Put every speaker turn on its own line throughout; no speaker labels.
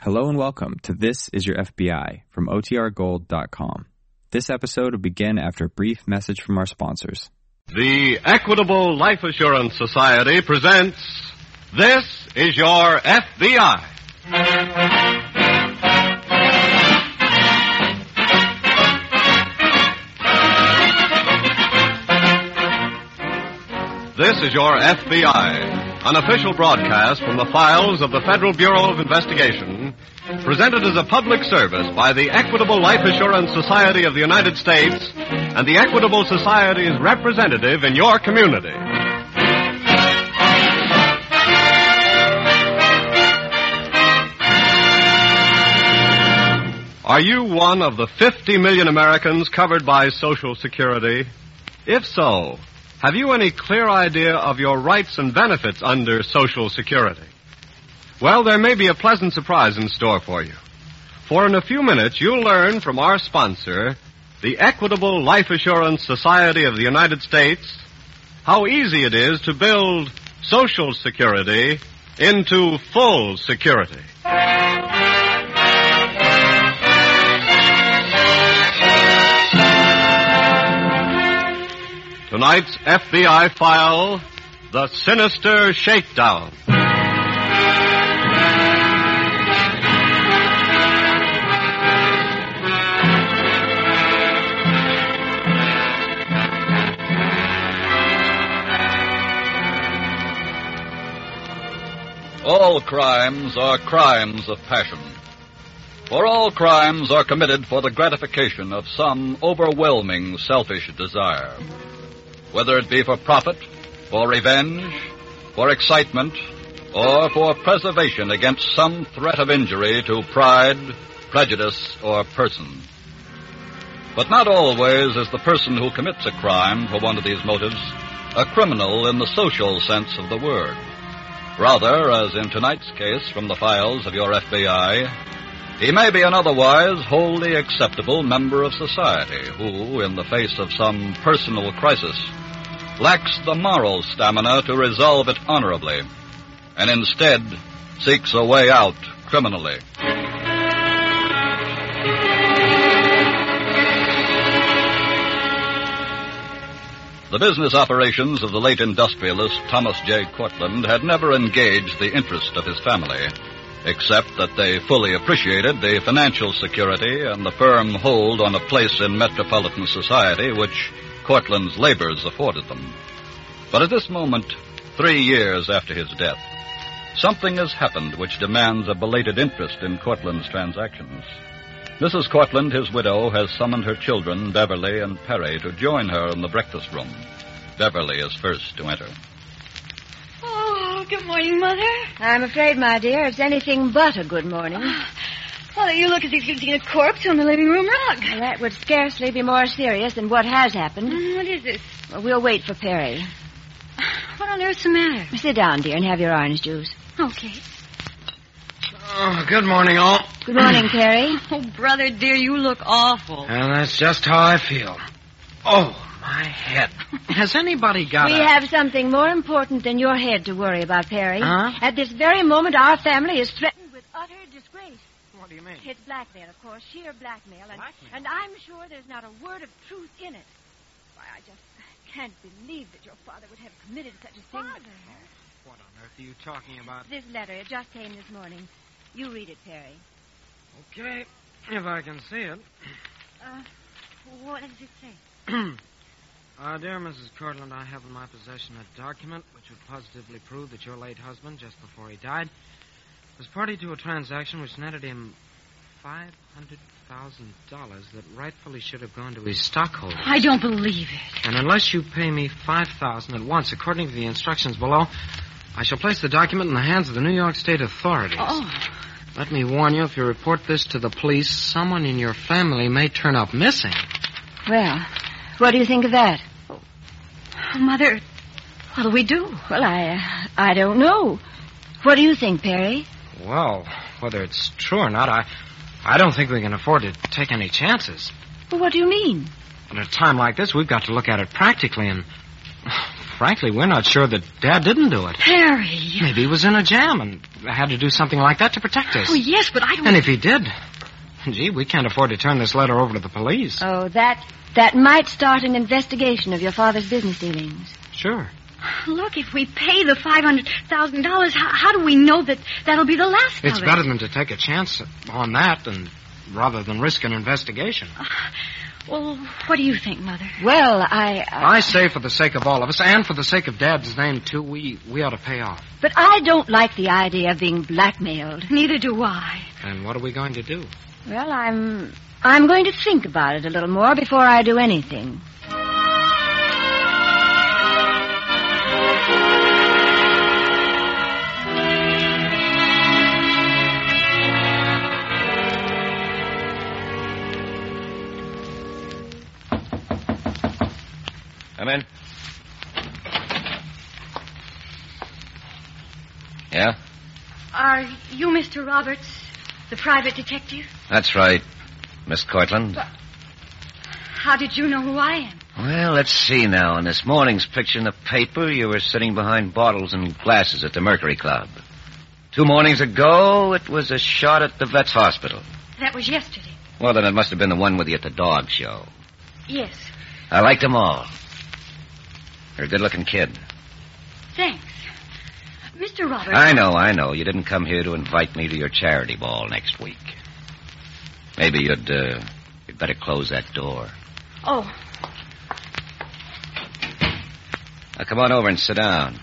Hello and welcome to This Is Your FBI from OTRGold.com. This episode will begin after a brief message from our sponsors.
The Equitable Life Assurance Society presents This is Your FBI. This is Your FBI, an official broadcast from the files of the Federal Bureau of Investigation, presented as a public service by the Equitable Life Assurance Society of the United States and the Equitable Society's representative in your community. Are you one of the 50 million Americans covered by Social Security? If so, have you any clear idea of your rights and benefits under Social Security? Well, there may be a pleasant surprise in store for you. For in a few minutes, you'll learn from our sponsor, the Equitable Life Assurance Society of the United States, how easy it is to build Social Security into full security. Tonight's FBI file The Sinister Shakedown.
All crimes are crimes of passion. For all crimes are committed for the gratification of some overwhelming selfish desire. Whether it be for profit, for revenge, for excitement, or for preservation against some threat of injury to pride, prejudice, or person. But not always is the person who commits a crime for one of these motives a criminal in the social sense of the word. Rather, as in tonight's case from the files of your FBI, he may be an otherwise wholly acceptable member of society who, in the face of some personal crisis, lacks the moral stamina to resolve it honorably and instead seeks a way out criminally. The business operations of the late industrialist Thomas J. Cortland had never engaged the interest of his family, except that they fully appreciated the financial security and the firm hold on a place in metropolitan society which Cortland's labors afforded them. But at this moment, three years after his death, something has happened which demands a belated interest in Cortland's transactions. Mrs. Cortland, his widow, has summoned her children, Beverly and Perry, to join her in the breakfast room. Beverly is first to enter.
Oh, good morning, Mother.
I'm afraid, my dear, it's anything but a good morning.
Mother, Ah, you look as if you'd seen a corpse on the living room rug.
Well, that would scarcely be more serious than what has happened.
Mm, What is this? Ah,
Well, we'll wait for Perry.
What on earth's the matter?
Sit down, dear, and have your orange juice.
Okay.
Oh, good morning, all.
Good morning, Perry.
Oh, brother dear, you look awful.
Well, that's just how I feel. Oh, my head. Has anybody got
We
a...
have something more important than your head to worry about, Perry.
Huh?
At this very moment, our family is threatened with utter disgrace.
What do you mean?
It's blackmail, of course, sheer blackmail, and,
Blackmail?
and I'm sure there's not a word of truth in it. Why, I just can't believe that your father would have committed such a thing.
What on earth are you talking about?
This letter, it just came this morning. You read it, Perry.
Okay, if I can see it.
What does it say?
Uh, dear Mrs. Cortland, I have in my possession a document which would positively prove that your late husband, just before he died, was party to a transaction which netted him $500,000 that rightfully should have gone to his stockholders.
I don't believe it.
And unless you pay me five thousand at once, according to the instructions below, I shall place the document in the hands of the New York State authorities.
Oh,
Let me warn you: if you report this to the police, someone in your family may turn up missing.
Well, what do you think of that? Oh,
Mother, what'll we do?
Well, I I don't know. What do you think, Perry?
Well, whether it's true or not, I, I don't think we can afford to take any chances.
Well, what do you mean?
At a time like this, we've got to look at it practically, and
frankly, we're not sure that Dad didn't do it.
Harry.
Maybe he was in a jam and had to do something like that to protect us.
Oh, yes, but I don't.
And if he did, gee, we can't afford to turn this letter over to the police.
Oh, that that might start an investigation of your father's business dealings.
Sure.
Look, if we pay the $500,000, how, how do we know that that'll be the last
It's
of
better than to take a chance on that and rather than risk an investigation.
it? Well, what do you think, Mother?
Well, I. Uh,
I say for the sake of all of us and for the sake of Dad's name, too, we, we ought to pay off.
But I don't like the idea of being blackmailed.
Neither do I.
And what are we going to do?
Well, I'm. I'm going to think about it a little more before I do anything.
Come in. Yeah?
Are you Mr. Roberts, the private detective?
That's right, Miss Cortland.
How did you know who I am?
Well, let's see now. In this morning's picture in the paper, you were sitting behind bottles and glasses at the Mercury Club. Two mornings ago, it was a shot at the vet's hospital.
That was yesterday.
Well, then it must have been the one with you at the dog show.
Yes.
I liked them all. You're a good looking kid.
Thanks. Mr. Roberts.
I know, I know. You didn't come here to invite me to your charity ball next week. Maybe you'd, uh, you'd better close that door.
Oh,
Now, come on over and sit down.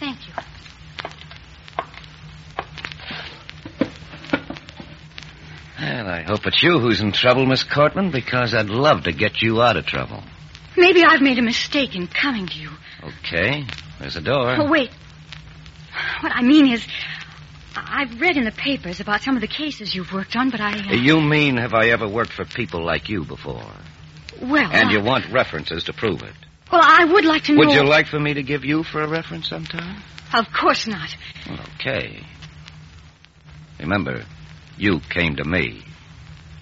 thank you.
Well, I hope it's you who's in trouble, Miss Cortland, because I'd love to get you out of trouble.
Maybe I've made a mistake in coming to you.
Okay, there's the door.
Oh, wait. What I mean is, I- I've read in the papers about some of the cases you've worked on, but I. Uh,
You mean, have I ever worked for people like you before?
well.
And
I-
you want references to prove it.
Well, I would like to know.
Would you like for me to give you for a reference sometime?
Of course not.
Well, okay. Remember, you came to me.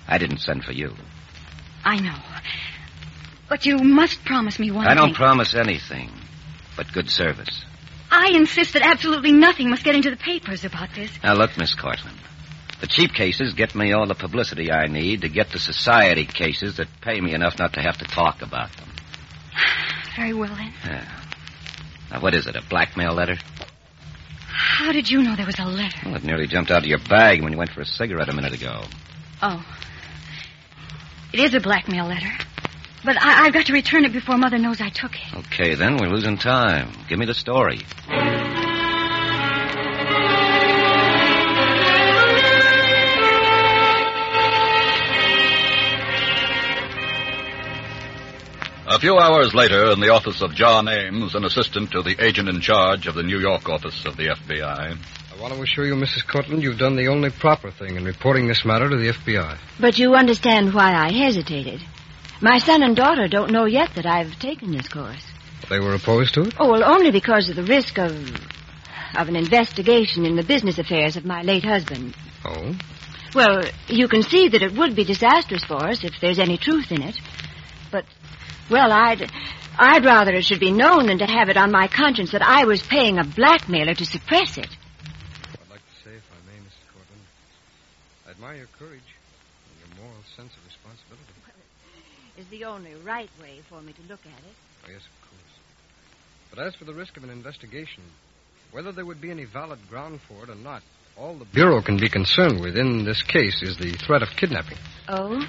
I didn't send for you.
I know. But you must promise me one
I don't
thing.
promise anything but good service.
I insist that absolutely nothing must get into the papers about this.
Now, look, Miss Cortland. The cheap cases get me all the publicity I need to get the society cases that pay me enough not to have to talk about them.
Very well, then.
Yeah. Now, what is it, a blackmail letter?
How did you know there was a letter?
Well, it nearly jumped out of your bag when you went for a cigarette a minute ago.
Oh. It is a blackmail letter. But I- I've got to return it before Mother knows I took it.
Okay, then, we're losing time. Give me the story.
A few hours later, in the office of John Ames, an assistant to the agent in charge of the New York office of the FBI.
I want to assure you, Mrs. Cortland, you've done the only proper thing in reporting this matter to the FBI.
But you understand why I hesitated. My son and daughter don't know yet that I've taken this course.
They were opposed to it?
Oh, well, only because of the risk of. of an investigation in the business affairs of my late husband.
Oh?
Well, you can see that it would be disastrous for us if there's any truth in it. But, well, I'd. I'd rather it should be known than to have it on my conscience that I was paying a blackmailer to suppress it.
I'd like to say, if I may, Mrs. Cortland, I admire your courage and your moral sense of responsibility.
Is the only right way for me to look at it.
Oh, yes, of course. But as for the risk of an investigation, whether there would be any valid ground for it or not, all the Bureau can be concerned with in this case is the threat of kidnapping.
Oh?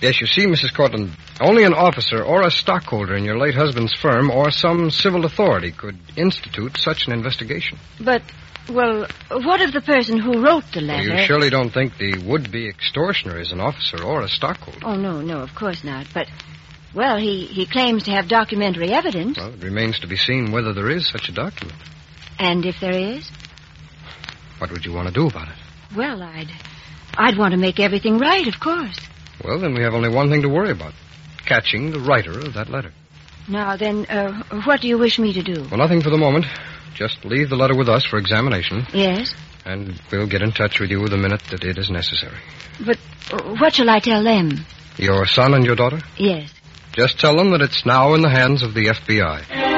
Yes, you see, Mrs. Cortland, only an officer or a stockholder in your late husband's firm or some civil authority could institute such an investigation.
But, well, what of the person who wrote the letter?
You surely don't think the would-be extortioner is an officer or a stockholder.
Oh, no, no, of course not. But, well, he, he claims to have documentary evidence.
Well, it remains to be seen whether there is such a document.
And if there is,
What would you want to do about it?
well, I'd. I'd want to make everything right, of course.
Well, then we have only one thing to worry about. Catching the writer of that letter.
Now, then, uh, what do you wish me to do?
Well, nothing for the moment. Just leave the letter with us for examination,
Yes?
and we'll get in touch with you the minute that it is necessary.
But uh, what shall I tell them?
Your son and your daughter?
Yes.
Just tell them that it's now in the hands of the FBI.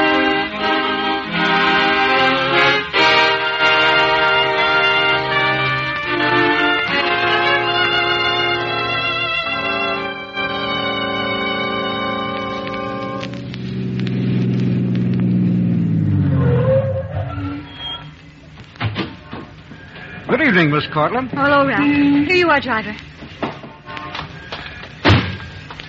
Miss Cortland?
All right. Here you are, driver.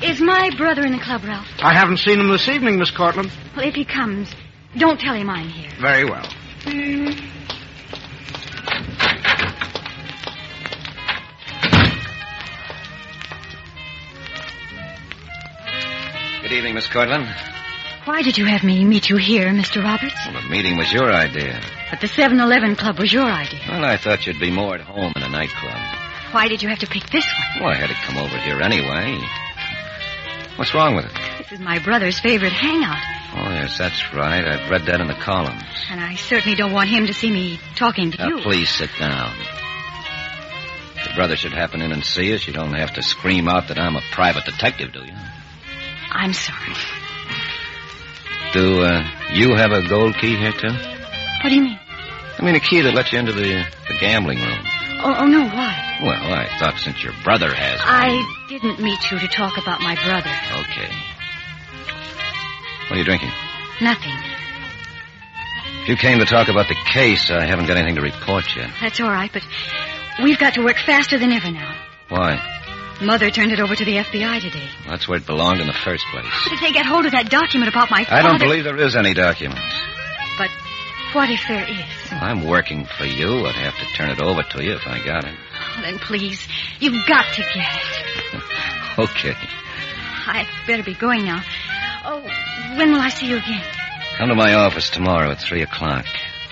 Is my brother in the club, Ralph?
I haven't seen him this evening, Miss Cortland.
Well, if he comes, don't tell him I'm here.
Very well.
Good evening, Miss Cortland.
Why did you have me meet you here, Mr. Roberts?
Well, the meeting was your idea.
But the 7 Eleven Club was your idea.
Well, I thought you'd be more at home in a nightclub.
Why did you have to pick this one?
Well, I had to come over here anyway. What's wrong with it?
This is my brother's favorite hangout,
Oh, yes, that's right. I've read that in the columns.
and I certainly don't want him to see me talking to
Now,
you.
Uh, please sit down. If your brother should happen in and see us, you don't have to scream out that I'm a private detective, do you?
I'm sorry.
Do uh, you have a gold key here, too?
What do you mean?
I mean, a key that lets you into the, the gambling room.
Oh, oh no, why?
Well, I thought since your brother has.
I didn't meet you to talk about my brother.
Okay. What are you drinking?
Nothing.
If you came to talk about the case, I haven't got anything to report yet.
That's all right, but we've got to work faster than ever now.
Why?
Mother turned it over to the FBI today.
That's where it belonged in the first place.
But if they get hold of that document about my father...
I don't believe there is any document.
But what if there is?
I'm working for you. I'd have to turn it over to you if I got it.
Oh, then please, you've got to get it.
Okay.
I'd better be going now. Oh, when will I see you again?
Come to my office tomorrow at 3 o'clock.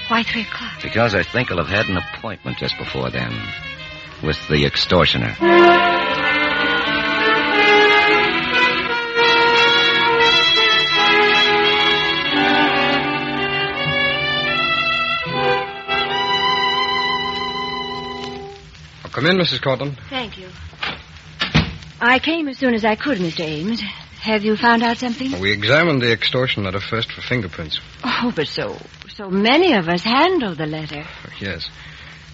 Why three o'clock?
Because I think I'll have had an appointment just before then with the extortioner.
I'll come in, Mrs. Cortland.
Thank you. I came as soon as I could, Mr. Ames. Have you found out something?
We examined the extortion letter first for fingerprints.
Oh, but so so many of us handled the letter.
Yes.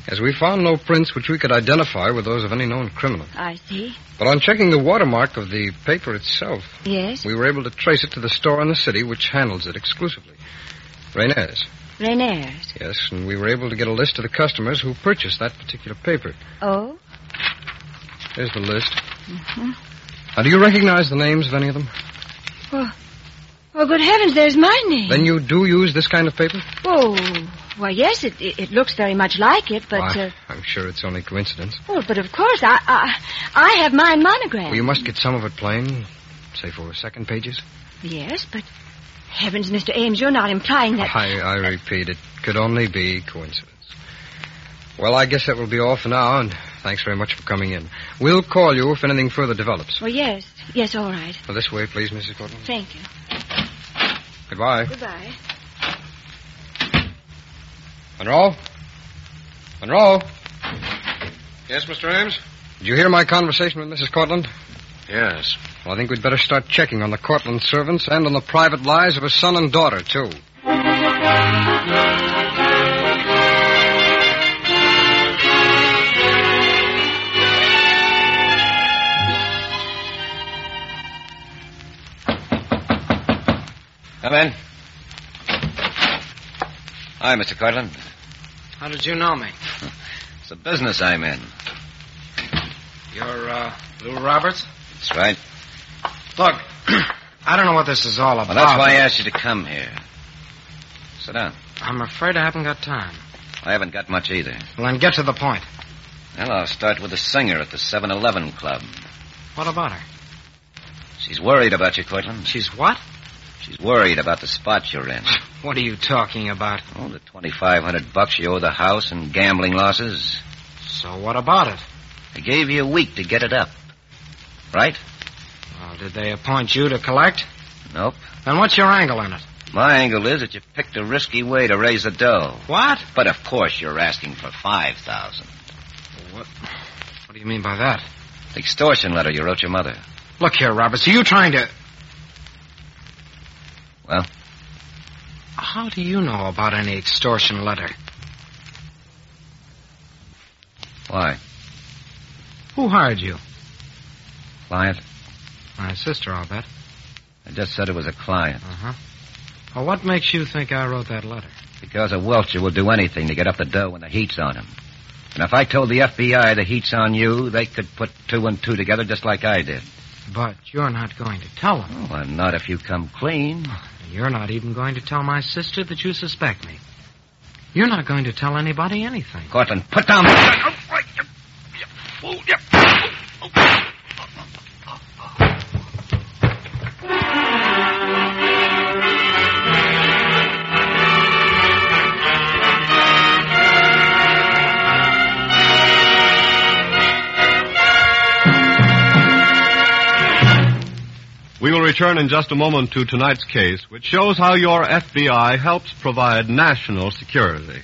As we found no prints which we could identify with those of any known criminal.
I see.
But on checking the watermark of the paper itself,
Yes.
we were able to trace it to the store in the city which handles it exclusively. Rainier's.
Rainier's.
Yes, and we were able to get a list of the customers who purchased that particular paper.
Oh?
Here's the list. Now, do you recognize the names of any of them?
Oh, good heavens, there's my name.
Then you do use this kind of paper?
Oh, why, yes, it, it, it looks very much like it, but...
Why,
Uh,
I'm sure it's only coincidence.
well, Oh, but of course, I, I, I have mine monogrammed.
Well, you must get some of it plain, say for second pages.
Yes, but... Heavens, Mr. Ames, you're not implying that...
I, I repeat, it could only be coincidence. Well, I guess that will be all for now, and thanks very much for coming in. We'll call you if anything further develops.
Well, yes. Yes, all right.
Now, This way, please, Mrs. Cortland.
Thank you.
Goodbye.
Goodbye.
Monroe? Monroe? Yes, Mr. Ames? Did you hear my conversation with Mrs. Cortland?
Yes.
Well, I think we'd better start checking on the Cortland servants and on the private lives of her son and daughter, too.
Come in. Hi, Mr. Cortland.
How did you know me?
It's a business I'm in.
You're, uh, Lou Roberts?
That's right.
Look, I don't know what this is all about.
Well, that's why I asked you to come here. Sit down.
I'm afraid I haven't got time.
I haven't got much either.
Well, then get to the point.
Well, I'll start with the singer at the 7 Eleven Club.
What about her?
She's worried about you, Cortland. She-
She's what?
She's worried about the spot you're in.
What are you talking about?
Oh, the 2500 bucks you owe the house and gambling losses.
So what about it?
They gave you a week to get it up. Right?
Well, Uh, did they appoint you to collect?
Nope.
Then what's your angle in it?
My angle is that you picked a risky way to raise the dough.
What?
But of course you're asking for 5000
What? What do you mean by that?
The extortion letter you wrote your mother.
Look here, Roberts. Are you trying to?
Well?
How do you know about any extortion letter?
Why?
Who hired you?
Client?
My sister, I'll bet.
I just said it was a client.
Uh huh. Well, what makes you think I wrote that letter?
Because a welcher will do anything to get up the dough when the heat's on him.
And if I told the FBI the heat's on you, they could put two and two together just like I did.
But you're not going to tell them.
Oh, well, not if you come clean.
You're not even going to tell my sister that you suspect me. You're not going to tell anybody anything.
Cortland, put down the gun.
We will return in just a moment to tonight's case, which shows how your FBI helps provide national security.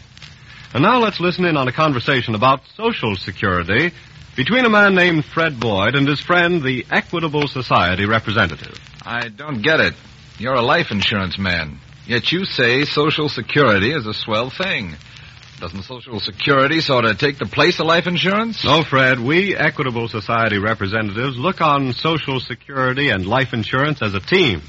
And now let's listen in on a conversation about Social Security between a man named Fred Boyd and his friend, the Equitable Society representative.
I don't get it. You're a life insurance man, yet you say Social Security is a swell thing. Doesn't Social Security sort of take the place of life insurance?
No, Fred, we Equitable Society representatives look on Social Security and life insurance as a team.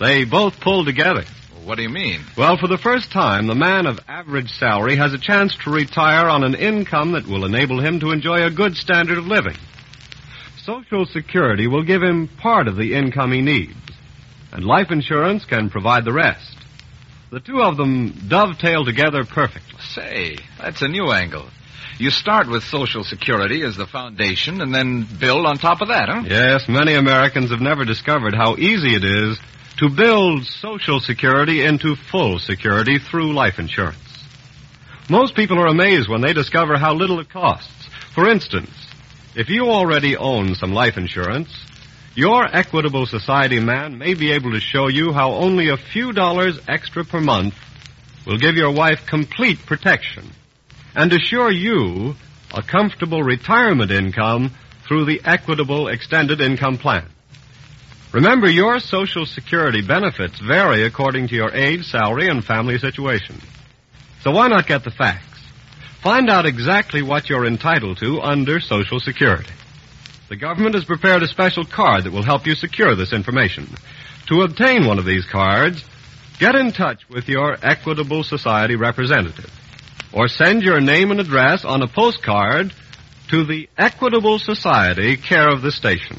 They both pull together.
What do you mean?
Well, for the first time, the man of average salary has a chance to retire on an income that will enable him to enjoy a good standard of living. Social Security will give him part of the income he needs, and life insurance can provide the rest. The two of them dovetail together perfectly.
Say, that's a new angle. You start with Social Security as the foundation and then build on top of that, huh?
Yes, many Americans have never discovered how easy it is to build Social Security into full security through life insurance. Most people are amazed when they discover how little it costs. For instance, if you already own some life insurance, your Equitable Society man may be able to show you how only a few dollars extra per month will give your wife complete protection and assure you a comfortable retirement income through the Equitable Extended Income Plan. Remember, your Social Security benefits vary according to your age, salary, and family situation. So why not get the facts? Find out exactly what you're entitled to under Social Security. The government has prepared a special card that will help you secure this information. To obtain one of these cards, get in touch with your Equitable Society representative or send your name and address on a postcard to the Equitable Society care of the station.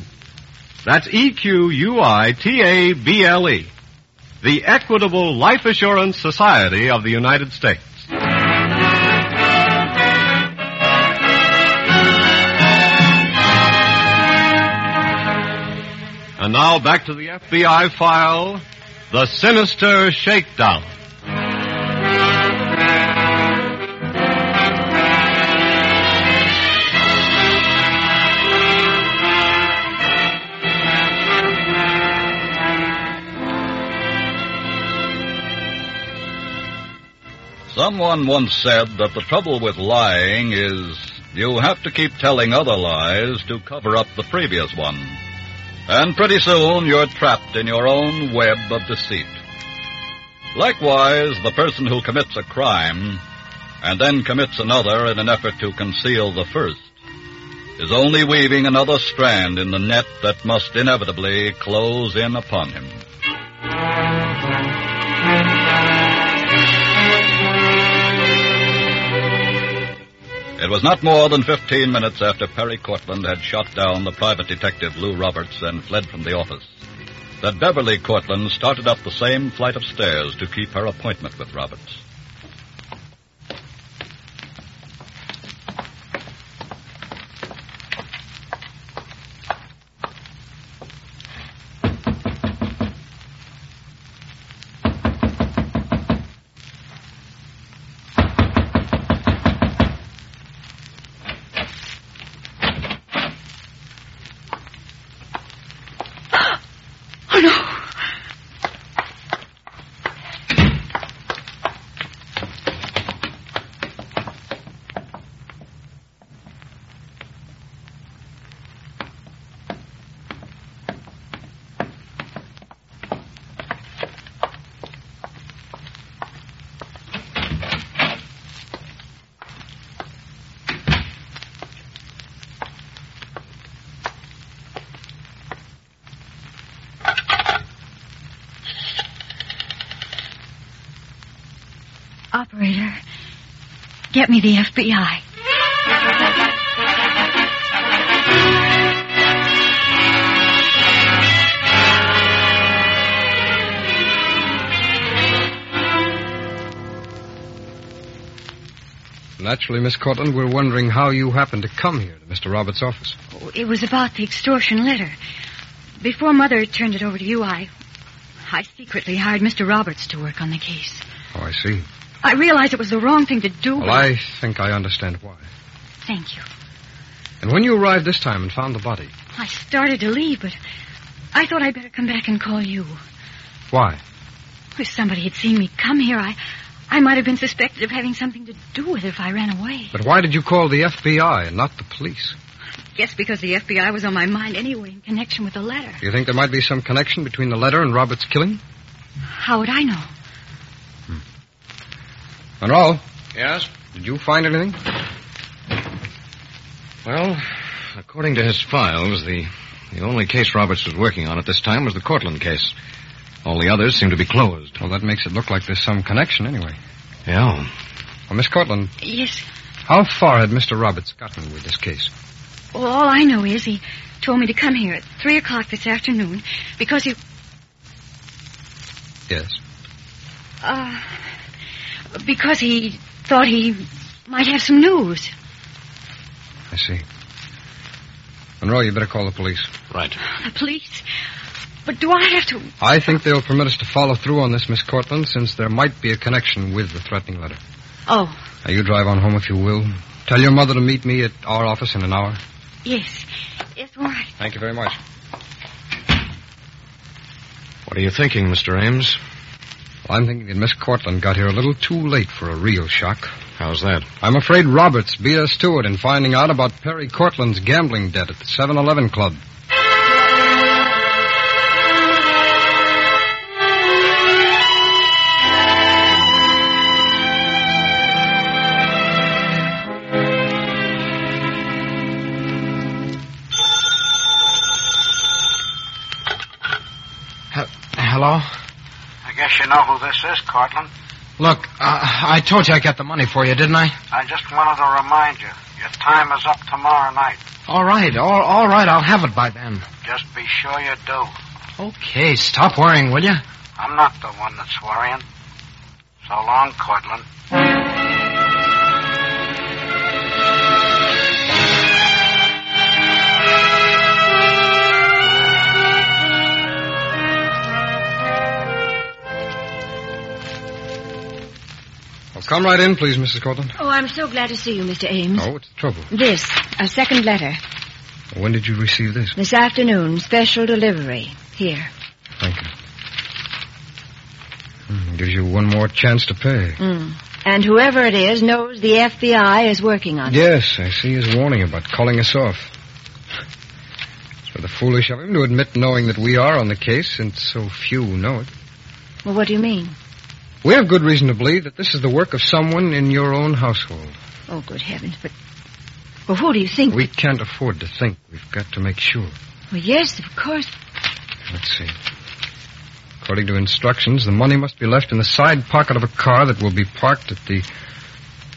That's E Q U I T A B L E. The Equitable Life Assurance Society of the United States. And now back to the FBI file The Sinister Shakedown.
Someone once said that the trouble with lying is you have to keep telling other lies to cover up the previous one. And pretty soon you're trapped in your own web of deceit. Likewise, the person who commits a crime and then commits another in an effort to conceal the first is only weaving another strand in the net that must inevitably close in upon him. It was not more than 15 minutes after Perry Cortland had shot down the private detective Lou Roberts and fled from the office that Beverly Cortland started up the same flight of stairs to keep her appointment with Roberts.
Oh, no.
Operator, get me the FBI.
Naturally, Miss Cortland, we're wondering how you happened to come here to Mr. Roberts' office.
Oh, it was about the extortion letter. Before Mother turned it over to you, I. I secretly hired Mr. Roberts to work on the case.
Oh, I see.
I realized it was the wrong thing to do.
Well,
but-
I think I understand why.
Thank you.
And when you arrived this time and found the body,
I started to leave, but I thought I'd better come back and call you.
why?
If somebody had seen me come here, I, I might have been suspected of having something to do with it if I ran away.
But why did you call the FBI and not the police?
Yes, because the FBI was on my mind anyway in connection with the letter.
Do you think there might be some connection between the letter and Roberts' killing?
How would I know?
Monroe,
Yes?
did you find anything?
Well, according to his files, the, the only case Roberts was working on at this time was the Cortland case. All the others seem to be closed.
Well, that makes it look like there's some connection anyway.
Yeah.
Well, Miss Cortland,
Yes.
how far had Mr. Roberts gotten with this case?
Well, all I know is he told me to come here at three o'clock this afternoon because he,
Yes.
uh, because he thought he might have some news.
I see. Monroe, you better call the police.
Right.
The police. But do I have to?
I think they'll permit us to follow through on this, Miss Cortland, since there might be a connection with the threatening letter.
Oh,
Now, you drive on home if you will. Tell your mother to meet me at our office in an hour.
yes. Yes, all right.
Thank you very much.
What are you thinking, Mr. Ames?
Well, I'm thinking that Miss Cortland got here a little too late for a real shock.
How's that?
I'm afraid Roberts beat us to it in finding out about Perry Cortland's gambling debt at the 7-Eleven Club.
Hello?
I guess you know who this is, Cortland.
Look, uh, I told you I got the money for you, didn't I?
I just wanted to remind you, your time is up tomorrow night.
All right, all, all right, I'll have it by then.
Just be sure you do.
Okay, stop worrying, will you?
I'm not the one that's worrying. So long, Cortland.
Well, come right in, please, Mrs. Cortland.
Oh, I'm so glad to see you, Mr. Ames.
Oh, what's the trouble?
This, a second letter.
When did you receive this?
This afternoon, special delivery. Here.
Thank you. Hmm, gives you one more chance to pay.
Mm. And whoever it is knows the FBI is working on it.
Yes, I see his warning about calling us off. It's rather foolish of him to admit knowing that we are on the case, since so few know it.
Well, what do you mean?
We have good reason to believe that this is the work of someone in your own household.
Oh, good heavens, but. Well, who do you think?
We can't afford to think. We've got to make sure.
Well, yes, of course.
Let's see. According to instructions, the money must be left in the side pocket of a car that will be parked at the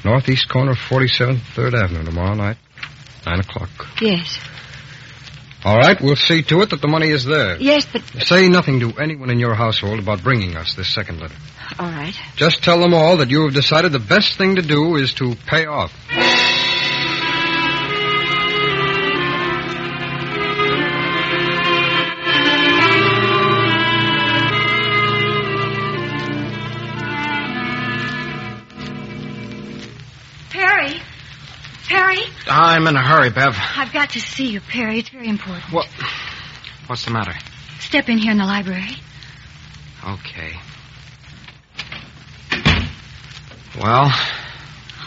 northeast corner of 47th 3rd Avenue tomorrow night, 9 o'clock.
Yes.
All right, we'll see to it that the money is there.
Yes, but.
Say nothing to anyone in your household about bringing us this second letter.
All right.
Just tell them all that you have decided the best thing to do is to pay off.
Perry. Perry,
I'm in a hurry, Bev.
I've got to see you, Perry. It's very important.
What? What's the matter?
Step in here in the library.
Okay. Well,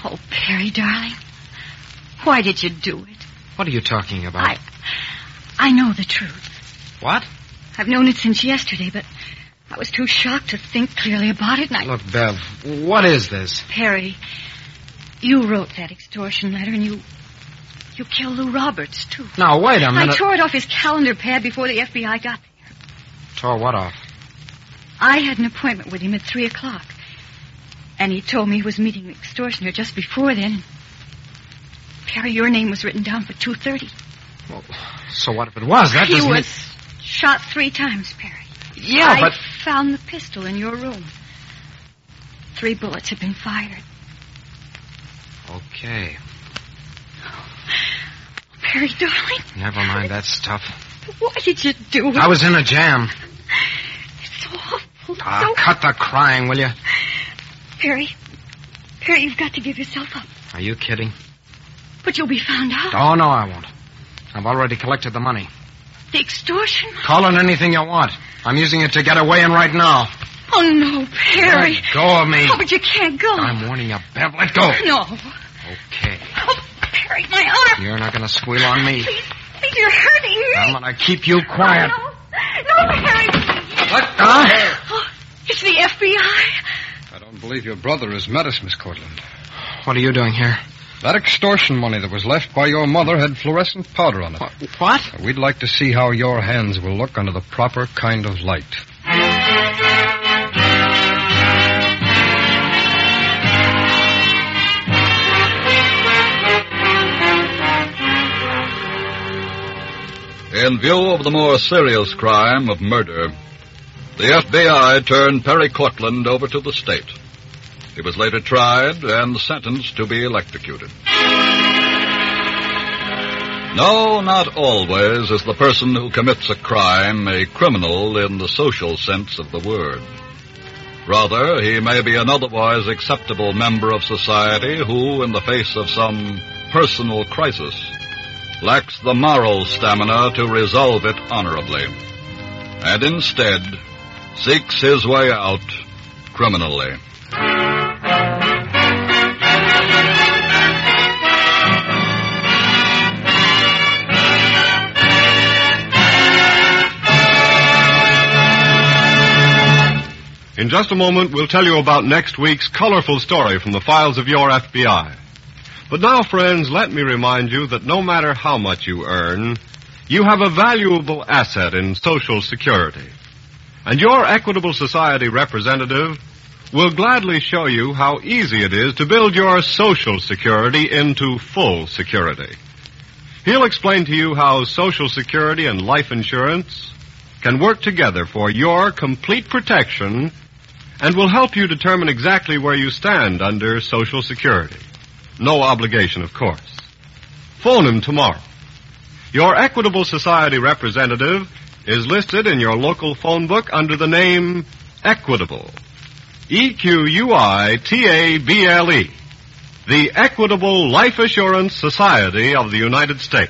Oh, Perry, darling. Why did you do it?
what are you talking about?
I I know the truth.
What?
I've known it since yesterday, but I was too shocked to think clearly about it, and I
Look, Bev, what is this?
Perry, you wrote that extortion letter and you you killed Lou Roberts, too.
Now, wait a
I
minute.
tore it off his calendar pad before the FBI got there.
Tore what off?
I had an appointment with him at three o'clock. And he told me he was meeting an extortioner just before then. Perry, your name was written down for two thirty.
Well, so what if it was? That
he
doesn't
was shot three times, Perry.
Yeah,
I
but-
found the pistol in your room. Three bullets had been fired.
Okay.
Perry, darling,
Never mind that stuff.
why did you do it?
I was in a jam.
It's awful.
Ah,
so...
cut the crying, will you?
Perry, Perry, you've got to give yourself up.
Are you kidding?
But you'll be found out.
Oh, no, I won't. I've already collected the money.
The extortion.
Call it anything you want. I'm using it to get away and right now.
Oh, no, Perry.
Let go of me.
Oh, but you can't go.
I'm warning you, Bev. Let go.
No.
Okay.
Oh, Perry, my honor.
You're not going to squeal on me.
Please, please, you're hurting me.
I'm going to keep you quiet.
Oh, no. no, Perry.
What? Huh?
Oh, it's the FBI.
I don't believe your brother has met us, Miss Cortland.
What are you doing here?
That extortion money that was left by your mother had fluorescent powder on it.
What?
We'd like to see how your hands will look under the proper kind of light.
In view of the more serious crime of murder, the FBI turned Perry Cortland over to the state. He was later tried and sentenced to be electrocuted. No, not always is the person who commits a crime a criminal in the social sense of the word. Rather, he may be an otherwise acceptable member of society who, in the face of some personal crisis, lacks the moral stamina to resolve it honorably, and instead seeks his way out criminally.
In just a moment, we'll tell you about next week's colorful story from the files of your FBI. But now, friends, let me remind you that no matter how much you earn, you have a valuable asset in Social Security. And your Equitable Society representative will gladly show you how easy it is to build your Social Security into full security. He'll explain to you how Social Security and life insurance can work together for your complete protection and will help you determine exactly where you stand under Social Security. No obligation, of course. Phone him tomorrow. Your Equitable Society representative is listed in your local phone book under the name Equitable. E Q U I T A B L E. The Equitable Life Assurance Society of the United States.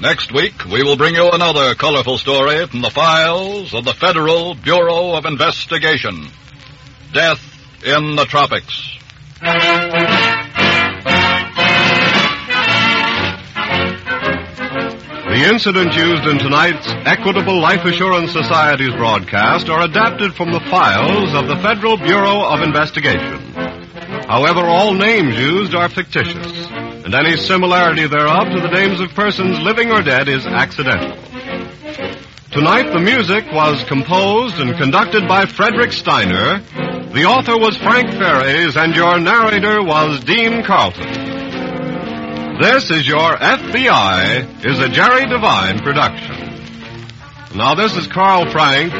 Next week, we will bring you another colorful story from the files of the Federal Bureau of Investigation. Death in the Tropics.
The incidents used in tonight's Equitable Life Assurance Society's broadcast are adapted from the files of the Federal Bureau of Investigation. However, all names used are fictitious, and any similarity thereof to the names of persons living or dead is accidental. Tonight, the music was composed and conducted by Frederick Steiner. The author was Frank Ferries, and your narrator was Dean Carlton. This is your FBI is a Jerry Devine production. Now this is Carl Frank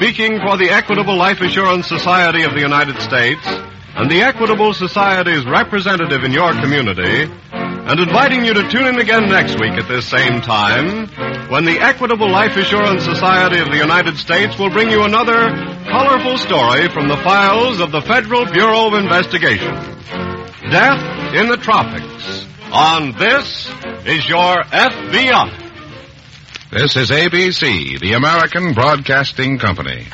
speaking for the Equitable Life Assurance Society of the United States and the Equitable Society's representative in your community and inviting you to tune in again next week at this same time when the Equitable Life Assurance Society of the United States will bring you another colorful story from the files of the Federal Bureau of Investigation. Death in the Tropics. On this is your FBI.
This is ABC, the American Broadcasting Company.